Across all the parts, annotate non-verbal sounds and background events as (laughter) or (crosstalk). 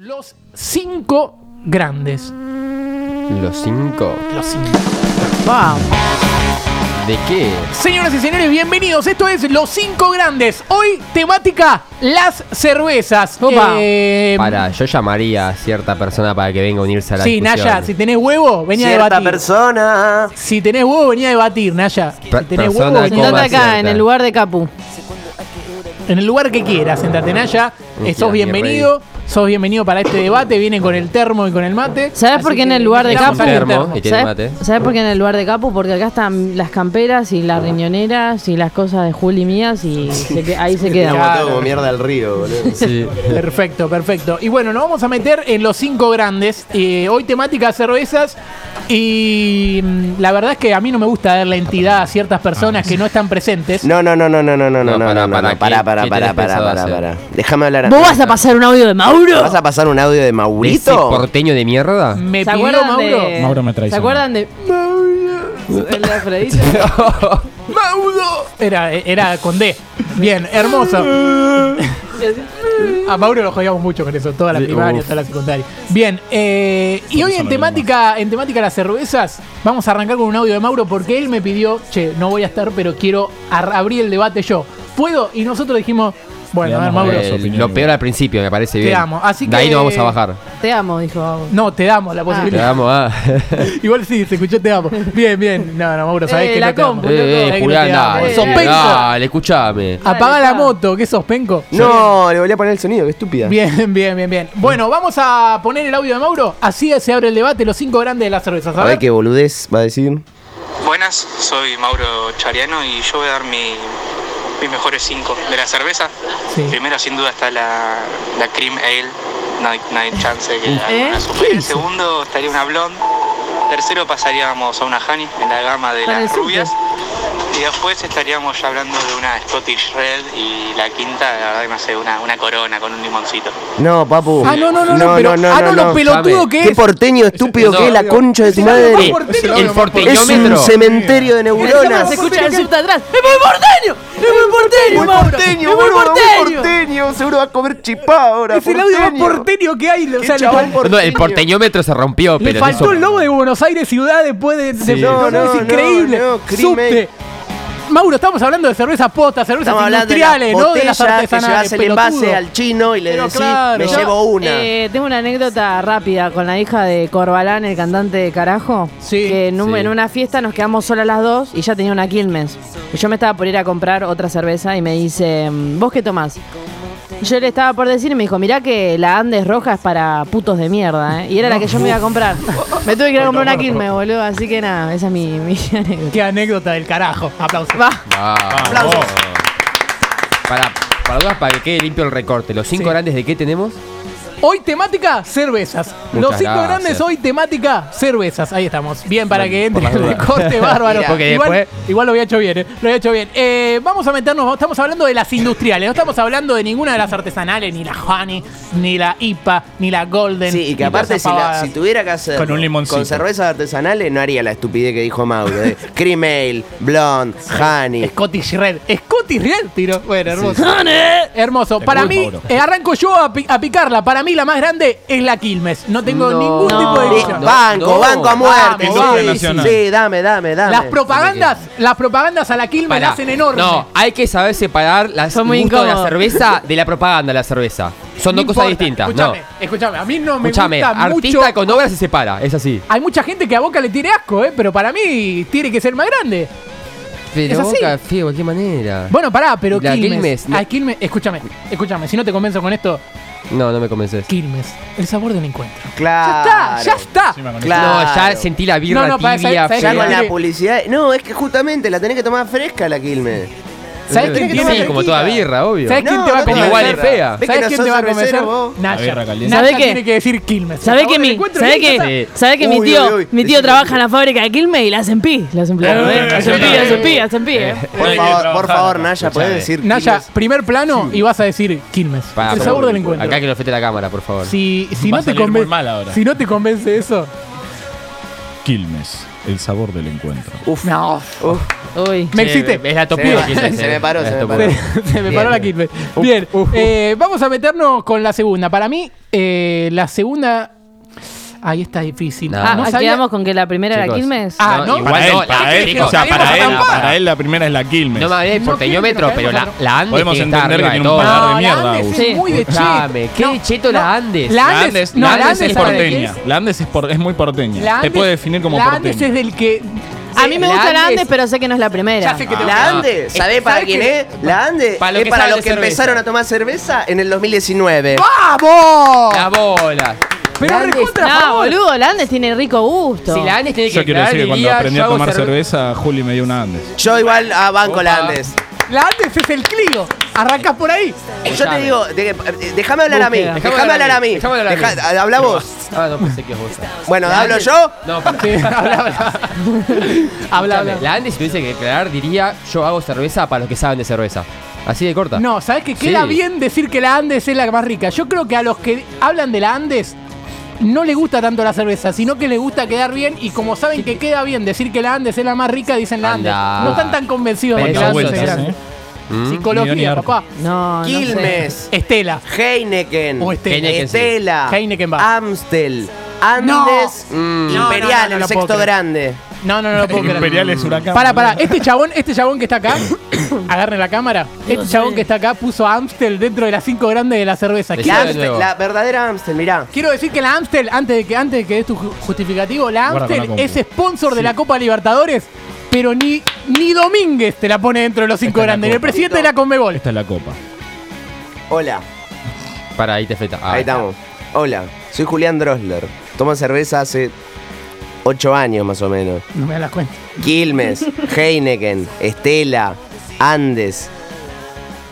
Los cinco grandes. Los cinco. Los cinco. Vamos. ¿De qué? Señoras y señores, bienvenidos. Esto es Los cinco grandes. Hoy temática las cervezas. Opa. Eh, Para, yo llamaría a cierta persona para que venga a unirse a la sí, discusión. Naya, si tenés huevo, venía a cierta debatir. persona. Si tenés huevo, venía a debatir, Naya. Si Per- tenés persona huevo, con- venía- ¿Cómo va Sentate a acá, ser? en el lugar de Capu. en el lugar que quieras. Sentate, Naya. Un Eh, sos gira, mi bienvenido. Sos bienvenido para este debate. Vienen con el termo y con el mate. ¿Sabés Así por qué en que el lugar de estamos Capu? en el Termo termo. y- tiene mate. ¿Sabes ¿sabes por qué en el lugar de Capu? Porque acá están las camperas y las riñoneras y las cosas de Juli mías y se que- ahí se Como quedan. Claro. todo como mierda al río, boludo. (laughs) Sí. Perfecto, perfecto. Y bueno, nos vamos a meter en los cinco grandes. Eh, hoy temática cervezas. Y mm, la verdad es que a mí no me gusta dar la entidad a ciertas personas que no están presentes. No, no, no, no, no, no, no, No, no, pará, no, no, pará, no, ¿qué- pará, pará, qué pará, tenés pará, pensado pará, hacer? pará. Déjame hablar. a ¿Vos mí. vas a pasar un audio de Mauro? ¿Vas a pasar un audio de ¿De ese Maurito? porteño de mierda? Me ¿Se pidió acuerdan Mauro. de... Mauro me ¿Se traicionó. acuerdan de... Mauro. El de Afrodita. Era, era con D. Bien, (laughs) hermoso. A Mauro lo jodíamos mucho con eso, toda la Sí, primaria, uf. toda la secundaria. Bien, eh, y hoy en temática, en temática las cervezas, vamos a arrancar con un audio de Mauro porque él me pidió, che, no voy a estar, pero quiero ar- abrir el debate yo. ¿Puedo? Y nosotros dijimos, bueno, a ver, Veamos, Mauro. eh, Eh, opinión lo igual. peor al principio, me parece Te bien. amo, así De ahí que- no vamos (laughs) a bajar. Te amo, dijo Mauro. No, te damos Ah. la Te ah. posibilidad. damos a... (laughs) Igual sí, se escuchó, te amo. Bien, bien. No, no, Mauro, sabés Eh, que la no te amo. compu, (laughs) eh, Sabés eh, que no Ah, Julián, te amo. dale. Sos eh, penco. Dale, escuchame. Apaga Dale, la pa. moto, que sos penco. No, le volví a poner el sonido, qué estúpida. (laughs) Bien, bien, bien, bien. Bueno, vamos a poner el audio de Mauro. Así se abre el debate, los cinco grandes de las cervezas. A A ver ver. qué boludez va a decir. Buenas, soy Mauro Chariano y yo voy a dar mi- mis mejores cinco de la cerveza. Sí. Primero, sin duda, está la, la Cream Ale, no hay, no hay chance de que la, ¿Eh? la supere. Segundo, estaría una Blonde. Tercero, pasaríamos a una Honey en la gama de Está en el las centro. rubias. Y después estaríamos ya hablando de una Scottish Red y la quinta, la verdad que no sé, una, una corona con un limoncito. No, papu. Ah, no, no, no, no, pero. ah, no, lo pelotudo Dame. que Qué es. porteño estúpido No. que es la concha de tu Sí, no, no, madre. no, porteño. Eh, El Es un porteñómetro. cementerio de Y encima neuronas. se escucha el sur de atrás. ¡Es muy porteño! ¡Es muy porteño, Mauro! ¡Es muy boludo, muy porteño! porteño. Seguro va a comer chipá ahora. Es el audio más porteño que hay. O sea, Qué le, chabón fal- No, el porteñómetro se rompió, le pero... faltó eso- el logo de Buenos Aires ciudad después de. de- Sí. no, No, no, es no, increíble. no, Cream Subte. Mauro, estamos hablando de cervezas postas, cervezas Estamos hablando de las Pues industriales, botellas no de las que artesanales. llevas el envase pelotudo. al chino y le Pero decís, claro. me Yo, llevo una. Eh, tengo una anécdota rápida con la hija de Corbalán, el cantante de Carajo. Sí. Que en, un- Sí. en una fiesta nos quedamos solas las dos y ya tenía una Quilmes. Y yo me estaba por ir a comprar otra cerveza y me dice, mm, ¿vos qué tomás? Y Yo le estaba por decir y me dijo, mirá que la Andes roja es para putos de mierda, ¿eh? Y era la que yo me iba a comprar. Me tuve que ir a comprar una (laughs) Quilmes, boludo. Así que nada, esa es mi, mi (laughs) anécdota. Qué anécdota del carajo. Aplausos. Va. Vamos. Aplausos. Para, para dudas, para que quede limpio el recorte. ¿Los cinco Sí. grandes de qué tenemos? Hoy temática cervezas. Muchas Los cinco gracias. grandes hoy temática cervezas. Ahí estamos. Bien para Bien, que entre por las el dudas. (laughs) corte bárbaro. Mira, porque igual, después- igual lo había hecho bien, eh. lo había hecho bien. Eh, vamos a meternos, estamos hablando de las industriales, no estamos hablando de ninguna de las artesanales, ni la Honey, ni la IPA, ni la Golden. Sí, y que ni aparte las si, la- apagadas. si tuviera que hacer Con un limoncito. con cervezas artesanales no haría la estupidez que dijo Mauro. (laughs) eh. Cream Ale, Blonde, Honey. Scottish Red. Scottish Red, tiro. Bueno, hermoso. Hermoso. Te Para voy, mí, Mauro. eh, arranco yo a, pi- a picarla. Para mí la más grande es la Quilmes. No tengo No. ningún tipo de No. lucha. no, banco, no. banco a muerte. Vamos, sí, vamos. sí, sí, dame, dame, dame. Las propagandas, las propagandas a la Quilmes Pará. la hacen enorme. No, hay que saber separar las Fue muy gusto de la incómodo. cerveza de la propaganda de la cerveza. Son No dos cosas importa. distintas. Escúchame, no. escúchame. A mí no me Escúchame, gusta artista mucho. con obra se separa, es así. Hay mucha gente que a Boca le tiene asco, ¿eh? Pero para mí tiene que ser más grande. Es Pero así. Boca, feo, de qué manera. Bueno, pará, pero La Quilmes. Quilmes, no. a Quilmes- Escúchame, escúchame. Si no te convenzo con esto, No, no me convences. Quilmes. El sabor del encuentro. Claro. Ya está, ya Encima está. con Claro. No, ya sentí la birra No, no, pará, tibia, ¿sabes- sabes Ya fea. con Tiene- la publicidad. No, es que justamente la tenés que tomar fresca la Quilmes. ¿Sabes quién que Sí, tomar tiene- como fresquita. toda birra, obvio. ¿Sabes No, quién te va a no te convencer? Igual es fea. Ves que ¿Sabes no quién sos te va a convencer? cervecero vos. La birra Naya. caliente. Naya ¿Sabe qué? tiene que decir Quilmes. ¿Sabés Sabor que del mi, encuentro, ¿sabe ya está. que, Sí. sabe que mi Uy, tío, uy, uy, mi tío decime. trabaja en la fábrica de Quilmes y la hacen pi, la hacen empleados, Eh, ¿eh? La hacen pi, la hacen pi, la hacen pi, ¿eh? Por Hay que favor, por trabajar, favor, no, Naya, ¿puedes escuchame. decir Naya, Quilmes? primer plano y vas a decir Quilmes. Pará, el pará, sabor del pará. encuentro. Acá que lo fete la cámara, por favor. Si, si no Va a te salir muy convence. mal ahora. Si no te convence eso. Quilmes, el sabor del encuentro. Uh, Uf. No. Uf. Uy. Me excité. Es la top Se (laughs) uno, me- quizás, se eh. me paró, Es la se me top paró. uno. Se me Bien. paró la Quilmes. Bien, eh, vamos a meternos con la segunda. Para mí, eh, la segunda. Ahí está difícil. No. Ah, No ah, sabía- quedamos con que la primera era Chicos. Quilmes. Ah, ¿no? igual Para él, no, la- para él, chicos, o sea, salimos para a él, acampar. para él la primera es la Quilmes. No me hablé del No quiero que porteñómetro, nos pero la, caigamos la Andes Podemos tiene que estar entender que arriba de todo. tiene un par No, de la mierda, Andes Agus. es muy de cheto. Escuchame, qué cheto la Andes. La La Andes, Andes, no, la la Andes es ¿sabe qué porteña. La Andes es, por- es muy porteña. La Andes- Te puede definir como La porteña. Andes es del que. a mí me la gusta la Andes, Andes- pero sé que no es la primera. Ya sé que te gusta. Ah, La Ande, ¿sabés para ¿Sabe quién qué? es? La Ande Para los es que para saben de los que cerveza. empezaron a tomar cerveza en el 2019. ¡Vamos! La bola. Pero La Andes- recontra a No, favor. boludo, la Andes tiene rico gusto. Si la Andes tiene que Yo quiero entrar, decir que cuando diría, aprendí yo a hago tomar cerve- cerveza, Juli me dio una Andes. Yo igual a banco la Opa. Andes. La Andes es el Clio. Arrancas por ahí. Yo te digo, de- eh, déjame hablar a mí. Búsqueda. Déjame hablar a mí. Déjame hablar a mí. Deja- Habla vos. Ah, no pensé que vos. Bueno, La Ah, ¿hablo Andes- yo? No, para. (laughs) Sí, habla, habla. Habla, habla. Escuchame, La Andes, si tuviese que declarar, diría: Yo hago cerveza para los que saben de cerveza. Así de corta. No, ¿sabes que Queda Sí. bien decir que la Andes es la más rica. Yo creo que a los que hablan de la Andes no le gusta tanto la cerveza, sino que les gusta quedar bien y como saben que queda bien decir que la Andes es la más rica, dicen la Andes. Andá. No están tan convencidos de que Pero la Cuántas Andes eso vueltas, es grande. ¿eh? Mm. Ni Psicología, Dani papá. No, no sé. Quilmes, Estela. Heineken, O Estela. Heineken, sí. Estela, Heineken va. Amstel, Andes, mm, No, no, no, Imperial, no el lo puedo sexto creer. grande. No, no, no (laughs) lo puedo creer. Imperial es huracán. Para, para, este chabón, este chabón que está acá, agarren la cámara. Este chabón que está acá puso a Amstel dentro de las cinco grandes de la cerveza. Decí- Quiero, La, de Amstel- nuevo. la verdadera Amstel, mirá. quiero decir que la Amstel, antes de que antes de que des tu ju- justificativo, la Guarda con la Amstel compu. es sponsor de la Copa Libertadores, pero ni, ni Domínguez te la pone dentro de los cinco Esta es la grandes. Ni El Copa. presidente de la (laughs) Conmebol. Esta es la copa. Hola, Para, ahí te feta. Ah, ahí estamos. Hola, soy Julián Drosler. Tomo cerveza hace ocho años más o menos. No me das cuenta. (laughs) Quilmes, Heineken, Estela, Andes.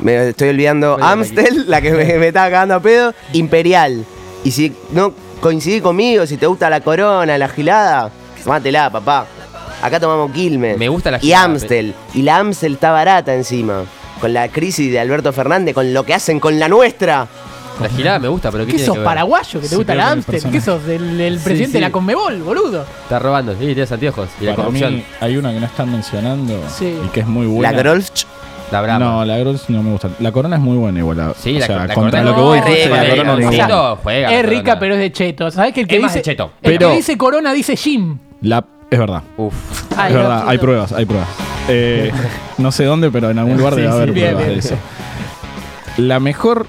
Me estoy olvidando. Bueno, Amstel, la que me, me estaba cagando a pedo. Imperial. Y si no coincidís conmigo, si te gusta la corona, la gilada, tomátela, papá. Acá tomamos Quilmes. Me gusta la Y gilada, Amstel. Y la Amstel está barata encima. Con la crisis de Alberto Fernández, con lo que hacen con la nuestra. La girada me gusta, pero ¿qué, ¿Qué tiene sos que ver? paraguayo que te Sí, gusta creo la que el Amstel? ¿Qué personaje. sos? El, el presidente de la sí. Conmebol, boludo. Está robando. Sí, tienes anteojos. Y la Para corrupción. mí hay una que no están mencionando Sí. y que es muy buena. La Grolsch. La brava. No, la Grolsch no me gusta. La Corona es muy buena igual. la- Sí, o la, sea, la corona- contra lo que vos No, dijiste, rica, la Corona es rica, muy sí, buena. no, juega la es corona. rica, pero es de cheto. ¿Sabés que el que Es más dice de cheto. El Pero- que dice corona dice Jim? La, es verdad. Uf. Ay, es no, verdad, chico. hay pruebas, hay pruebas. Eh, no sé dónde, pero en algún (laughs) lugar Sí, debe sí, haber bien, pruebas bien. de eso. La mejor,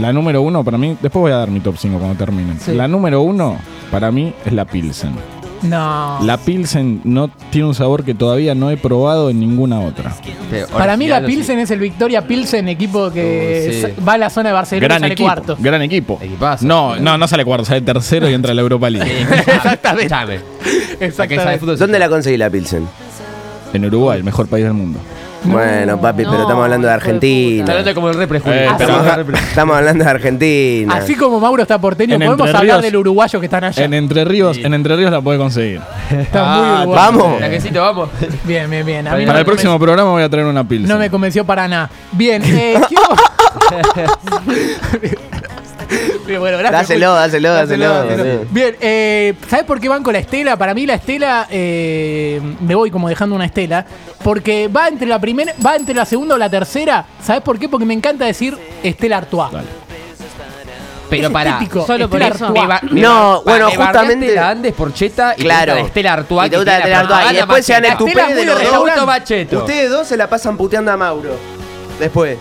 la número uno para mí, después voy a dar mi top 5 cuando terminen. Sí. La número uno para mí es la Pilsen. No. La Pilsen no tiene un sabor que todavía no he probado en ninguna otra. Pero Para mí la original, Pilsen es el Victoria Pilsen, equipo Uh, que sí. sa- va a la zona de Barcelona y Gran sale equipo, cuarto. gran equipo. Equipazo. (laughs) No, no, no sale cuarto, sale tercero y entra a la Europa League. Exactamente. Chame. La que sabe Exactamente. fútbol, ¿Dónde sí. la conseguí la Pilsen? En Uruguay, el mejor país del mundo. Bueno, papi, pero no, estamos hablando de hijo de Está Argentina. hablando como el Ah, repre, Julio. Eh, pero- Estamos- Estamos, estamos hablando de Argentina. Así como Mauro está porteño, En podemos Entre hablar Ríos. del uruguayo que están allá. En Entre Ríos, en Entre Ríos la puede conseguir. Está muy Ah, uruguayo. Vamos. Laquecito, vamos. Bien, bien, bien. A Para mí Para no el me próximo programa voy a traer una Pilsen. No me convenció para nada. Bien, (laughs) eh, quiero- Bien, bueno, gracias, Dáselo, Juli. dáselo, dáselo, dáselo. Bien, eh, ¿sabes por qué van con la estela? Para mí la estela, eh, me voy como dejando una estela, porque va entre la primera, va entre la segunda o la tercera. ¿Sabes por qué? Porque me encanta decir Estela Artois. Dale. Pero Es para. estético, solo por Estela eso. Artois. No, bueno, justamente- La Andes por Cheta y Claro. te gusta la Estela Artois. Y te gusta la Estela Artois. Y después se dan estupendos de El restaurante. auto macheto. Ustedes dos se la pasan puteando a Mauro. Después.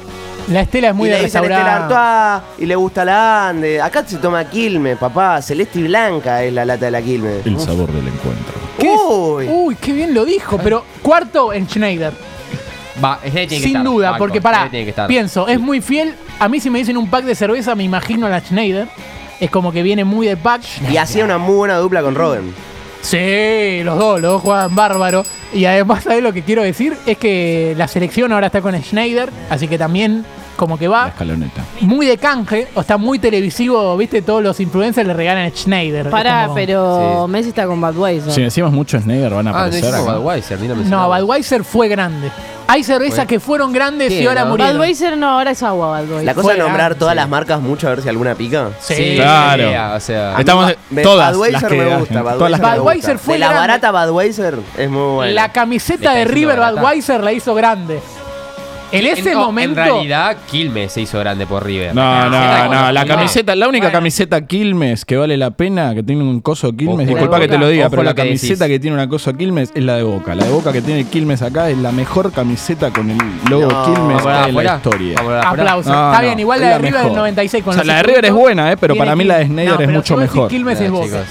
La estela es muy y de le dicen Estela restaurar. Artois y le gusta la Ande. Acá se toma Quilmes, papá. Celeste y Blanca es la lata de la Quilmes. El sabor del encuentro. ¿Qué es? Uy. Uy, qué bien lo dijo. Pero cuarto en Schneider. Va, ese tiene que Sin estar, duda, banco, porque ese pará, tiene que estar. pienso, es muy fiel. A mí si me dicen un pack de cerveza, me imagino a la Schneider. Es como que viene muy de pack. Y hacía una muy buena dupla con Robin. Sí, los dos, los dos juegan bárbaro. Y además, ¿sabes lo que quiero decir? Es que la selección ahora está con Schneider, así que también como que Ah. La va escaloneta. muy de canje o está muy televisivo, ¿viste? Todos los influencers le regalan Schneider. es Pará, como- pero Sí. Messi está con Budweiser. Si decimos mucho Snyder van a Ah, no aparecer. hicimos acá. Budweiser, ni lo No, mencionamos. Budweiser fue grande. Hay cervezas Fue. que fueron grandes Sí, y ahora pues, ¿no? murieron. Budweiser no, ahora es agua Budweiser. La cosa es Fuera, nombrar todas sí. las marcas mucho a ver si alguna pica. Sí. Claro. O sea, A mí Estamos Ba- todas Budweiser las que- me gusta. todas las me que- Budweiser gusta. fue De la grande. barata Budweiser es muy buena. La camiseta Le de está River diciendo barata. Budweiser la hizo grande. En ese en- no, momento. En realidad, Quilmes se hizo grande por River. Ah, No, camiseta no, no. con- La con- camiseta, la única Bueno. camiseta Quilmes que vale la pena, que tiene un coso Quilmes, Ojo, disculpa que te lo Boca. diga, Ojo pero lo la que camiseta decís. que tiene una cosa Quilmes es la de Boca. La de Boca que tiene Quilmes acá es la mejor camiseta con el logo No, Quilmes Vamos a de la la afuera. historia. Vamos a la afuera. Aplauso. No, Está no, bien, igual es la de la River del mejor. 96 con O sea, los la de River circuitos, es buena, eh, pero tiene para mí la de Quilmes. Snyder es pero mucho yo decís mejor. Quilmes es No, Boca. chicos.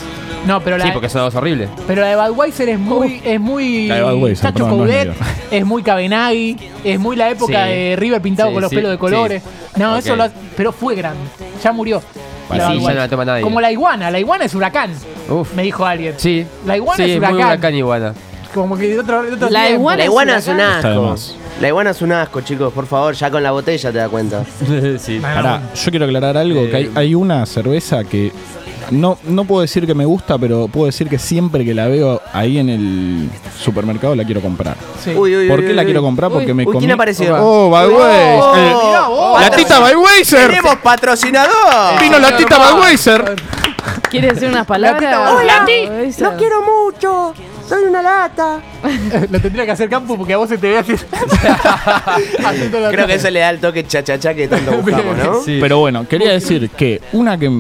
No, pero la, Sí, porque eso es horrible. pero la de Budweiser es muy. Es muy La de Budweiser, Chacho perdón, no es Coudet, mío. (laughs) es muy Cabenagui, es muy la época Sí. de River pintado Sí, con los sí, pelos de sí. colores. No, Ok. eso lo. Pero fue grande. Ya murió. Bueno, La sí, ya Budweiser. no la toma nadie. Como la iguana. La iguana es huracán. Uf. Me dijo alguien. Sí. La iguana sí, es muy huracán. huracán iguana. (laughs) Como que de otro, de otro La tiempo. iguana La iguana es un Está de asco. más. La iguana es un asco, chicos, por favor, ya con la botella te das cuenta. sí. Pará, yo quiero aclarar algo, que Eh, hay, hay una cerveza que no, no puedo decir que me gusta, pero puedo decir que siempre que la veo ahí en el supermercado la quiero comprar. Sí. Uy, uy, ¿Por uy, qué uy, la uy. quiero comprar? Porque me Uy, ¿quién comí- apareció? Oh, by Oh, Eh, mirá vos. la tita by Weiser. ¡Tenemos patrocinador! (laughs) Vino la tita by Weiser. ¿Quiere decir (laughs) unas palabras? Hola, Budweiser. mucho! ¡Soy una lata! Lo tendría que hacer campo porque a vos se te ve (laughs) así. Haciendo la Creo cosa. que eso le da el toque chachacha que tanto buscamos, ¿no? Sí. Pero bueno, quería decir que una que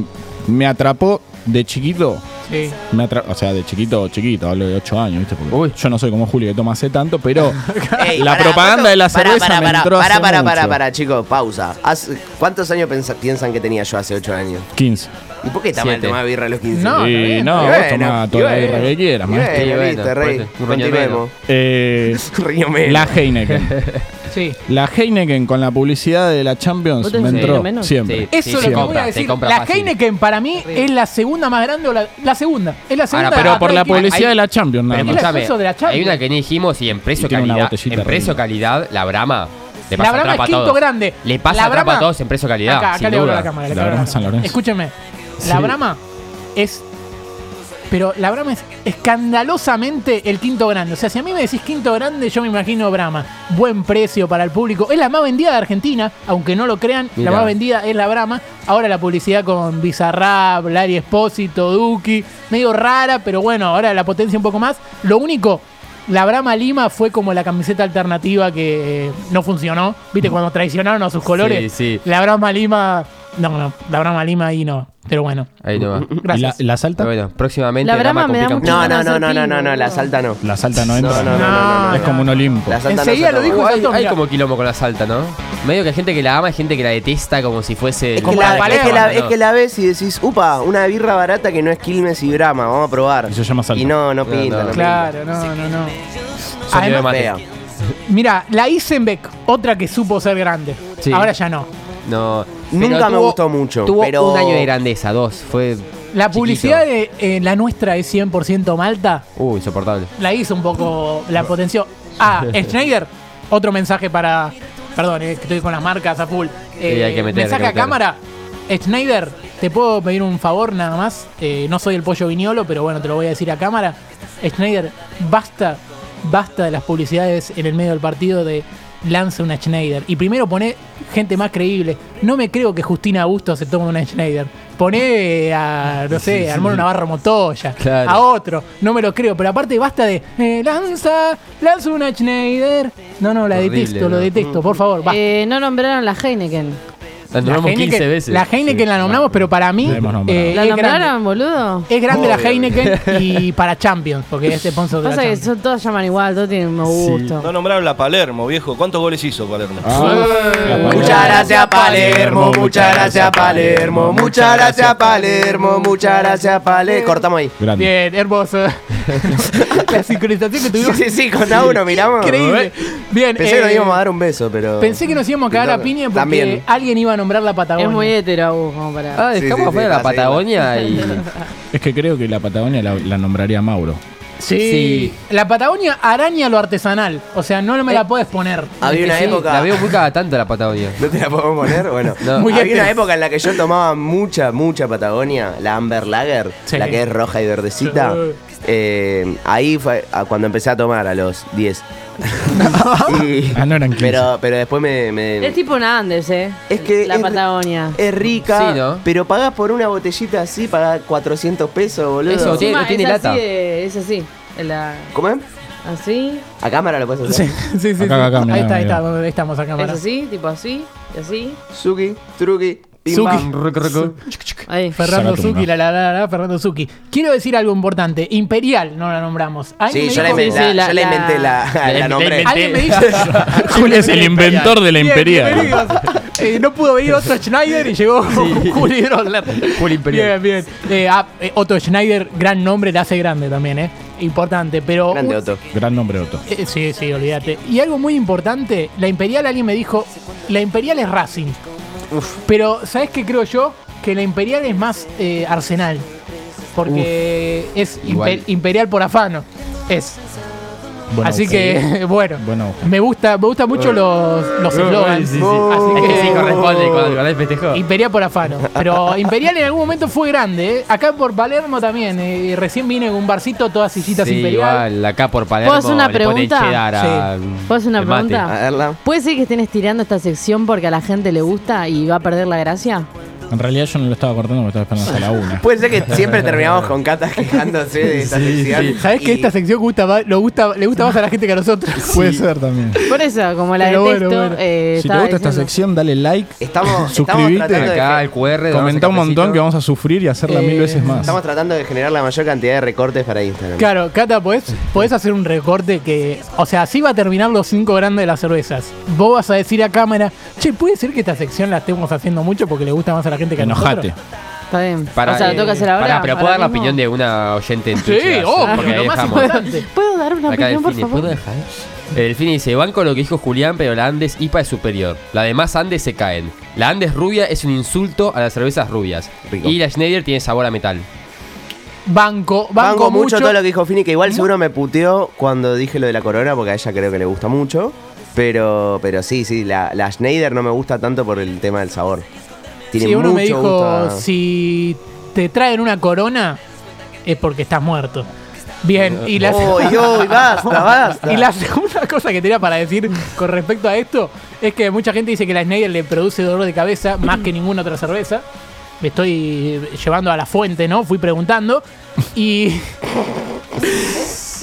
me atrapó de chiquito Sí. me atra- o sea, de chiquito, chiquito, hablo de 8 años, ¿viste? Porque Uy. yo no soy como Julio que toma hace tanto, pero (laughs) Ey, la pará, propaganda de la pará, cerveza pará, me pará, entró pará, hace pará, pará, mucho. pará, chicos, pausa. Hace- ¿Cuántos años pensa- piensan que tenía yo hace 8 años? 15. ¿Y por qué está mal Siete. tomar birra a los 15? No, está y bien, no, Y vos bueno, tomá y toda la bueno. birra que quieras, Y maestro. bueno, Y bueno, viste, por rey. eso, un riñón Continuemos. Eh, (laughs) Riño menos. la Heineken. (laughs) Sí. La Heineken con la publicidad de la Champions ¿Vos te me decís entró lo menos? siempre. Sí. Eso es te lo que voy compra, a te decir. compra La fácil. Heineken para mí es la segunda más grande o la, la segunda. Es la segunda. Ahora, Pero por atrás la de Quilmes. publicidad hay- de la Champions nada Pero Tranquila, más. el precio de la escúchame, Champions. hay una que no dijimos y en precio Y tiene una calidad. botellita En precio arriba. calidad, la Brahma. La Le pasa Brahma atrapa es a quinto todos. grande. Le pasa La atrapa Brahma- a todos en precio calidad. Acá, acá sin le abro duda. la cámara. le La abro Brahma cámara. San Lorenzo. Escúcheme. La Sí. Brahma es. Pero la Brahma es escandalosamente el quinto grande. O sea, si a mí me decís quinto grande, yo me imagino Brahma. Buen precio para el público. Es la más vendida de Argentina, aunque no lo crean. Mirá. La más vendida es la Brahma. Ahora la publicidad con Bizarrap, Larry Espósito, Duki. Medio rara, pero bueno, ahora la potencia un poco más. Lo único, la Brahma Lima fue como la camiseta alternativa que eh, no funcionó. ¿Viste? Cuando traicionaron a sus colores. Sí, sí. La Brahma Lima. No, no, la Brahma Lima ahí no. Pero bueno, Ahí no va. (laughs) ¿Y la, gracias. la Pero salta? bueno, próximamente. La Brahma Brahma me da complica mucho- No, van a no, no, hacer no, no, no, no, la pingo. salta no. La salta no No, entra. no, no, no, no, Es no. como un Olimpo. La salta no Enseguida se lo toma. dijo Hay, Santos, hay mira. como quilombo con la salta, ¿no? Medio que hay gente que la ama, hay gente que la detesta como si fuese. Es que, Como la, la es, que la, ¿no? es que la ves y decís, upa, una birra barata que no es Quilmes y Brahma, vamos a probar. Y se llama Salta. Y no, No, no no. pinta, no, pinta. Claro, no, no, no. Sonido de Además, mate. Fea. mira, la Isenbeck, otra que supo ser grande. Sí. Ahora ya no. No. Nunca Pero me gustó mucho, Tuvo pero- un año de grandeza, dos. Fue. La chiquito. publicidad de eh, la nuestra es 100% Malta. Uh, insoportable. La hizo un poco, la potenció. (laughs) Ah, Schneider, otro mensaje para. Perdón, eh, que estoy con las marcas a full. Eh, hay que meter, mensaje hay que a meter. cámara. Schneider, te puedo pedir un favor nada más. Eh, no soy el pollo viñolo, pero bueno, te lo voy a decir a cámara. Schneider, basta, basta de las publicidades en el medio del partido de lanza una Schneider. Y primero poné gente más creíble. No me creo que Justina Augusto se tome una Schneider. Poné eh, a, no sé, a Armando Navarro Motoya, Claro. a otro. No me lo creo, pero aparte basta de eh, lanza, lanza una Schneider. No, no, la Horrible, detesto, lo ¿no? detesto, por favor, basta. Eh, no nombraron la Heineken. La nombramos 15 veces. la Heineken la nombramos, pero para mí La hemos nombrado. eh, ¿La es, grande, nombraron, boludo? Es grande la (laughs) Heineken y para Champions, porque es sponsor de la Pasa que Champions. son- todas llaman igual, todos tienen un gusto. No nombraron la Palermo, viejo. ¿Cuántos goles hizo Palermo? Ah, Muchas gracias Palermo, muchas gracias Palermo, muchas gracias Palermo, muchas gracias Palermo. Cortamos ahí. Grande. Bien, (laughs) hermoso. la sincronización que Sí, tuvimos. sí, sí, con a uno miramos. Increíble. Bien, Pensé que nos eh, íbamos a dar un beso, pero. pensé que nos íbamos a cagar a Pintó- piña porque También. alguien iba a nombrar la Patagonia. Es muy hétero, Agus, como para. Ah, Sí, dejamos sí, sí, afuera la pasa igual. Patagonia y. Es que creo que la Patagonia la, la nombraría Mauro. Sí. Sí. La Patagonia araña lo artesanal. O sea, no Eh, me la puedes poner. (laughs) Había una Sí, época. La veo muy cada tanto la Patagonia. ¿No te la podemos poner? Bueno, No. Muy había este. una época en la que yo tomaba mucha, mucha Patagonia, la Amber Lager, Sí. la que es roja y verdecita. Sí. Eh, ahí fue a- cuando empecé a tomar a los 10. Y- Ah, no eran 15. pero, pero después me. me- Es tipo una Andes, ¿eh? Es que La es- Patagonia. Es rica, Sí, ¿no? pero pagás por una botellita así, pagás 400 pesos, boludo. Eso, tiene- no Encima tiene es lata. Así de- es así. La- ¿Cómo es? así. A cámara lo puedes hacer. Sí, sí, Acá, sí. acá, mirá, ahí está, ahí mirá. está, ahí estamos acá. Es cámara. así, tipo así. Y así. Suki, truki, pim, Suki. pam. Ahí. Fernando Saca tu Zucchi, la, mano. la, la, la, Fernando Zucchi. Quiero decir algo importante. Imperial, no la nombramos. Alguien Sí, me yo le dijo- inventé sí, la, la- yo le la- inventé la, la- la la nombré. inventé. Alguien me (laughs) dijo. Julio es el inventor de la Bien, imperial. bienvenidos. (laughs) Eh, no pudo venir otro Schneider y llegó (laughs) Juli Drosler. Juli Imperial. Bien, bien. Eh, ah, eh, Otto Schneider, gran nombre, la hace grande también, ¿eh? Importante, pero. Grande Otto. Gran nombre, Otto. Eh, sí, sí, olvídate. Y algo muy importante, la Imperial, alguien me dijo, la Imperial es Racing. Pero, ¿sabes qué creo yo? Que la Imperial es más eh, Arsenal. Porque es Igual. impe- Imperial por afano. Es. Bueno, Así que, (laughs) bueno. Bueno. Me gusta, me gusta mucho los, los eslogans. Sí, sí. Así Es que sí, que- corresponde con con el festejo. Imperial por afano. Pero Imperial en algún momento fue grande. ¿eh? Acá por Palermo también. eh, recién vine a un barcito, todas sillitas Sí, Imperial. igual, acá por Palermo ¿Puedo hacer una le ponen pregunta? cheddar a- ¿Puedo hacer una al mate. pregunta? A verla. ¿Puede ser que estén estirando esta sección porque a la gente le gusta y va a perder la gracia? En realidad yo no lo estaba cortando, me estaba esperando hasta la una. Puede ser que siempre terminamos con Catas quejándose de esta sección. ¿Sabes que y- esta sección gusta más- lo gusta, le gusta más a la gente que a nosotros? (laughs) Puede ser también. Por eso, como la Pero bueno, detesto. bueno. eh, Si te estaba gusta esta diciendo- sección, dale like, Estamos, estamos Suscribite. tratando de Acá el QR. comenta un montón que vamos a sufrir y hacerla Eh, mil veces más. Estamos tratando de generar la mayor cantidad de recortes para Instagram. Claro, Cata, ¿podés, podés hacer un recorte que. O sea, así va a terminar los cinco grandes de las cervezas. Vos vas a decir a cámara, che, puede ser que esta sección la estemos haciendo mucho porque le gusta más a la gente que a Enojate. nosotros. Está bien. Para, o sea, ¿lo tengo que hacer ahora. pero ¿puedo ¿Ahora dar la mismo? opinión de una oyente en Twitch? Sí, Gracias, porque obvio, lo ahí más dejamos. importante. ¿Puedo dar una Acá opinión, por Delfini, favor? ¿puedo dejar? El Fini dice, banco lo que dijo Julián, pero la Andes IPA es superior. La demás Andes se caen. La Andes rubia es un insulto a las cervezas rubias. Rico. Y la Schneider tiene sabor a metal. Banco, banco, Banco, mucho, todo lo que que. dijo Fini, que igual seguro me puteó cuando dije lo de la corona, porque a ella creo que le gusta mucho. Pero, pero sí, sí, la, la Schneider no me gusta tanto por el tema del sabor. Tiene Sí, uno mucho me dijo, gusto a- si te traen una corona, es porque estás muerto. Bien, y la. Uy, uy, basta, (laughs) basta. Y la segunda cosa que tenía para decir con respecto a esto es que mucha gente dice que la Schneider le produce dolor de cabeza más que ninguna otra cerveza. Me estoy llevando a la fuente, ¿no? Fui preguntando. Y.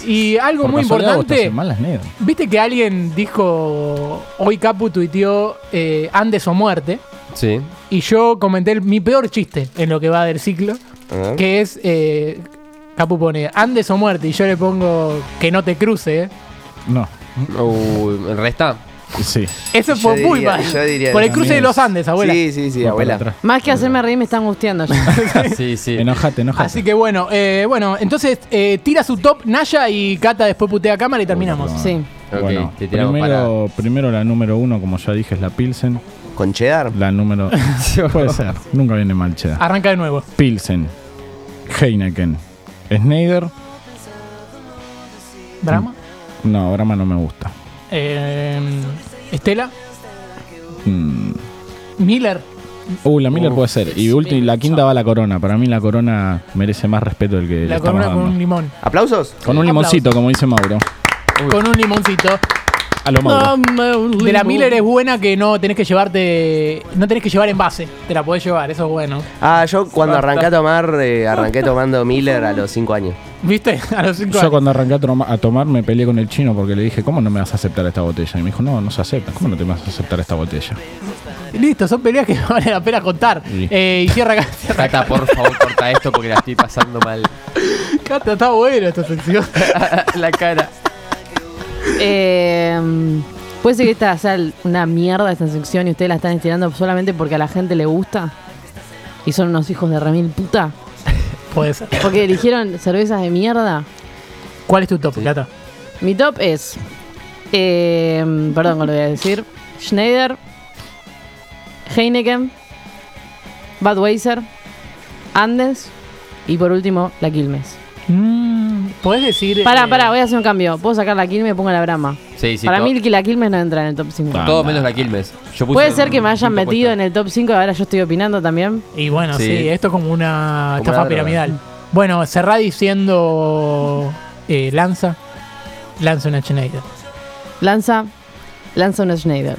Y algo Por muy casualidad, vos te importante. hacen mal las negras. Viste que alguien dijo. Hoy Capu tuiteó eh, Andes o muerte. Sí. Y yo comenté el- mi peor chiste en lo que va del ciclo. Ah. Que es. eh, Capu pone Andes o muerte. Y yo le pongo que no te cruce, ¿eh? No, Uh, resta. sí. Eso Yo fue muy diría- mal. yo diría Por el que cruce de también los es- Andes, abuela. Sí, sí, sí, Va para abuela. atrás. Más que hacerme reír, me está angustiando ya. (laughs) sí, sí. Enojate, enojate. Así que bueno, eh, bueno, entonces eh, tira su top Naya y Cata después putea cámara y terminamos. Uy, Sí. Ok, Bueno, te tiramos primero, primero la número uno, como ya dije, es la Pilsen. Con cheddar. La número. puede ser, nunca viene mal, che. Arranca de nuevo. Pilsen, Heineken, Schneider. Brahma. No, Brahma no me gusta. eh, Estela. Mm. Miller. Uh, la Miller puede ser. Y ulti- la quinta va a la corona. Para mí la corona merece más respeto del que le la estamos corona con dando. un limón. ¿Aplausos? Con un limoncito, como dice Mauro. Con un limoncito. A lo Mauro. De la Miller es buena que no tenés que llevarte. No tenés que llevar envase. Te la podés llevar, eso es bueno. Ah, yo cuando arranqué a tomar, eh, arranqué tomando Miller a los 5 años. ¿Viste? (laughs) A los cinco Yo años. cuando arranqué a, troma- a tomar me peleé con el chino porque le dije, ¿cómo no me vas a aceptar esta botella? Y me dijo, no, no se acepta. ¿Cómo no te vas a aceptar esta botella? Listo, son peleas que (laughs) vale la pena contar. Sí. Eh, y cierra acá. (laughs) cierra acá. Cata, por favor, corta esto porque la estoy pasando mal. (laughs) Cata, está bueno esta sección. la cara. Eh, puede ser que esta sea una mierda esta sección y ustedes la están estirando solamente porque a la gente le gusta. Y son unos hijos de remil puta. (laughs) Puede ser. Porque eligieron cervezas de mierda. ¿Cuál es tu top, Cata? Mi top es. eh, perdón, con lo que voy a decir. Schneider. Heineken. Budweiser. Andes. Y por último, la Quilmes. Mm, ¿Podés decir. Pará, eh, pará, voy a hacer un cambio. Puedo sacar la Quilmes y pongo la Brama. Sí, sí, Para to- mí que la Quilmes no entra en el top 5. Ah, todo menos la Quilmes. Yo puse Puede ser que me un hayan quinto metido puesto. en el top 5 ahora yo estoy opinando también. Y bueno, sí. Sí. esto es como una Como estafa una droga. piramidal. Bueno, cerrá diciendo. eh, lanza. Lanza una Schneider. Lanza, lanza una Schneider.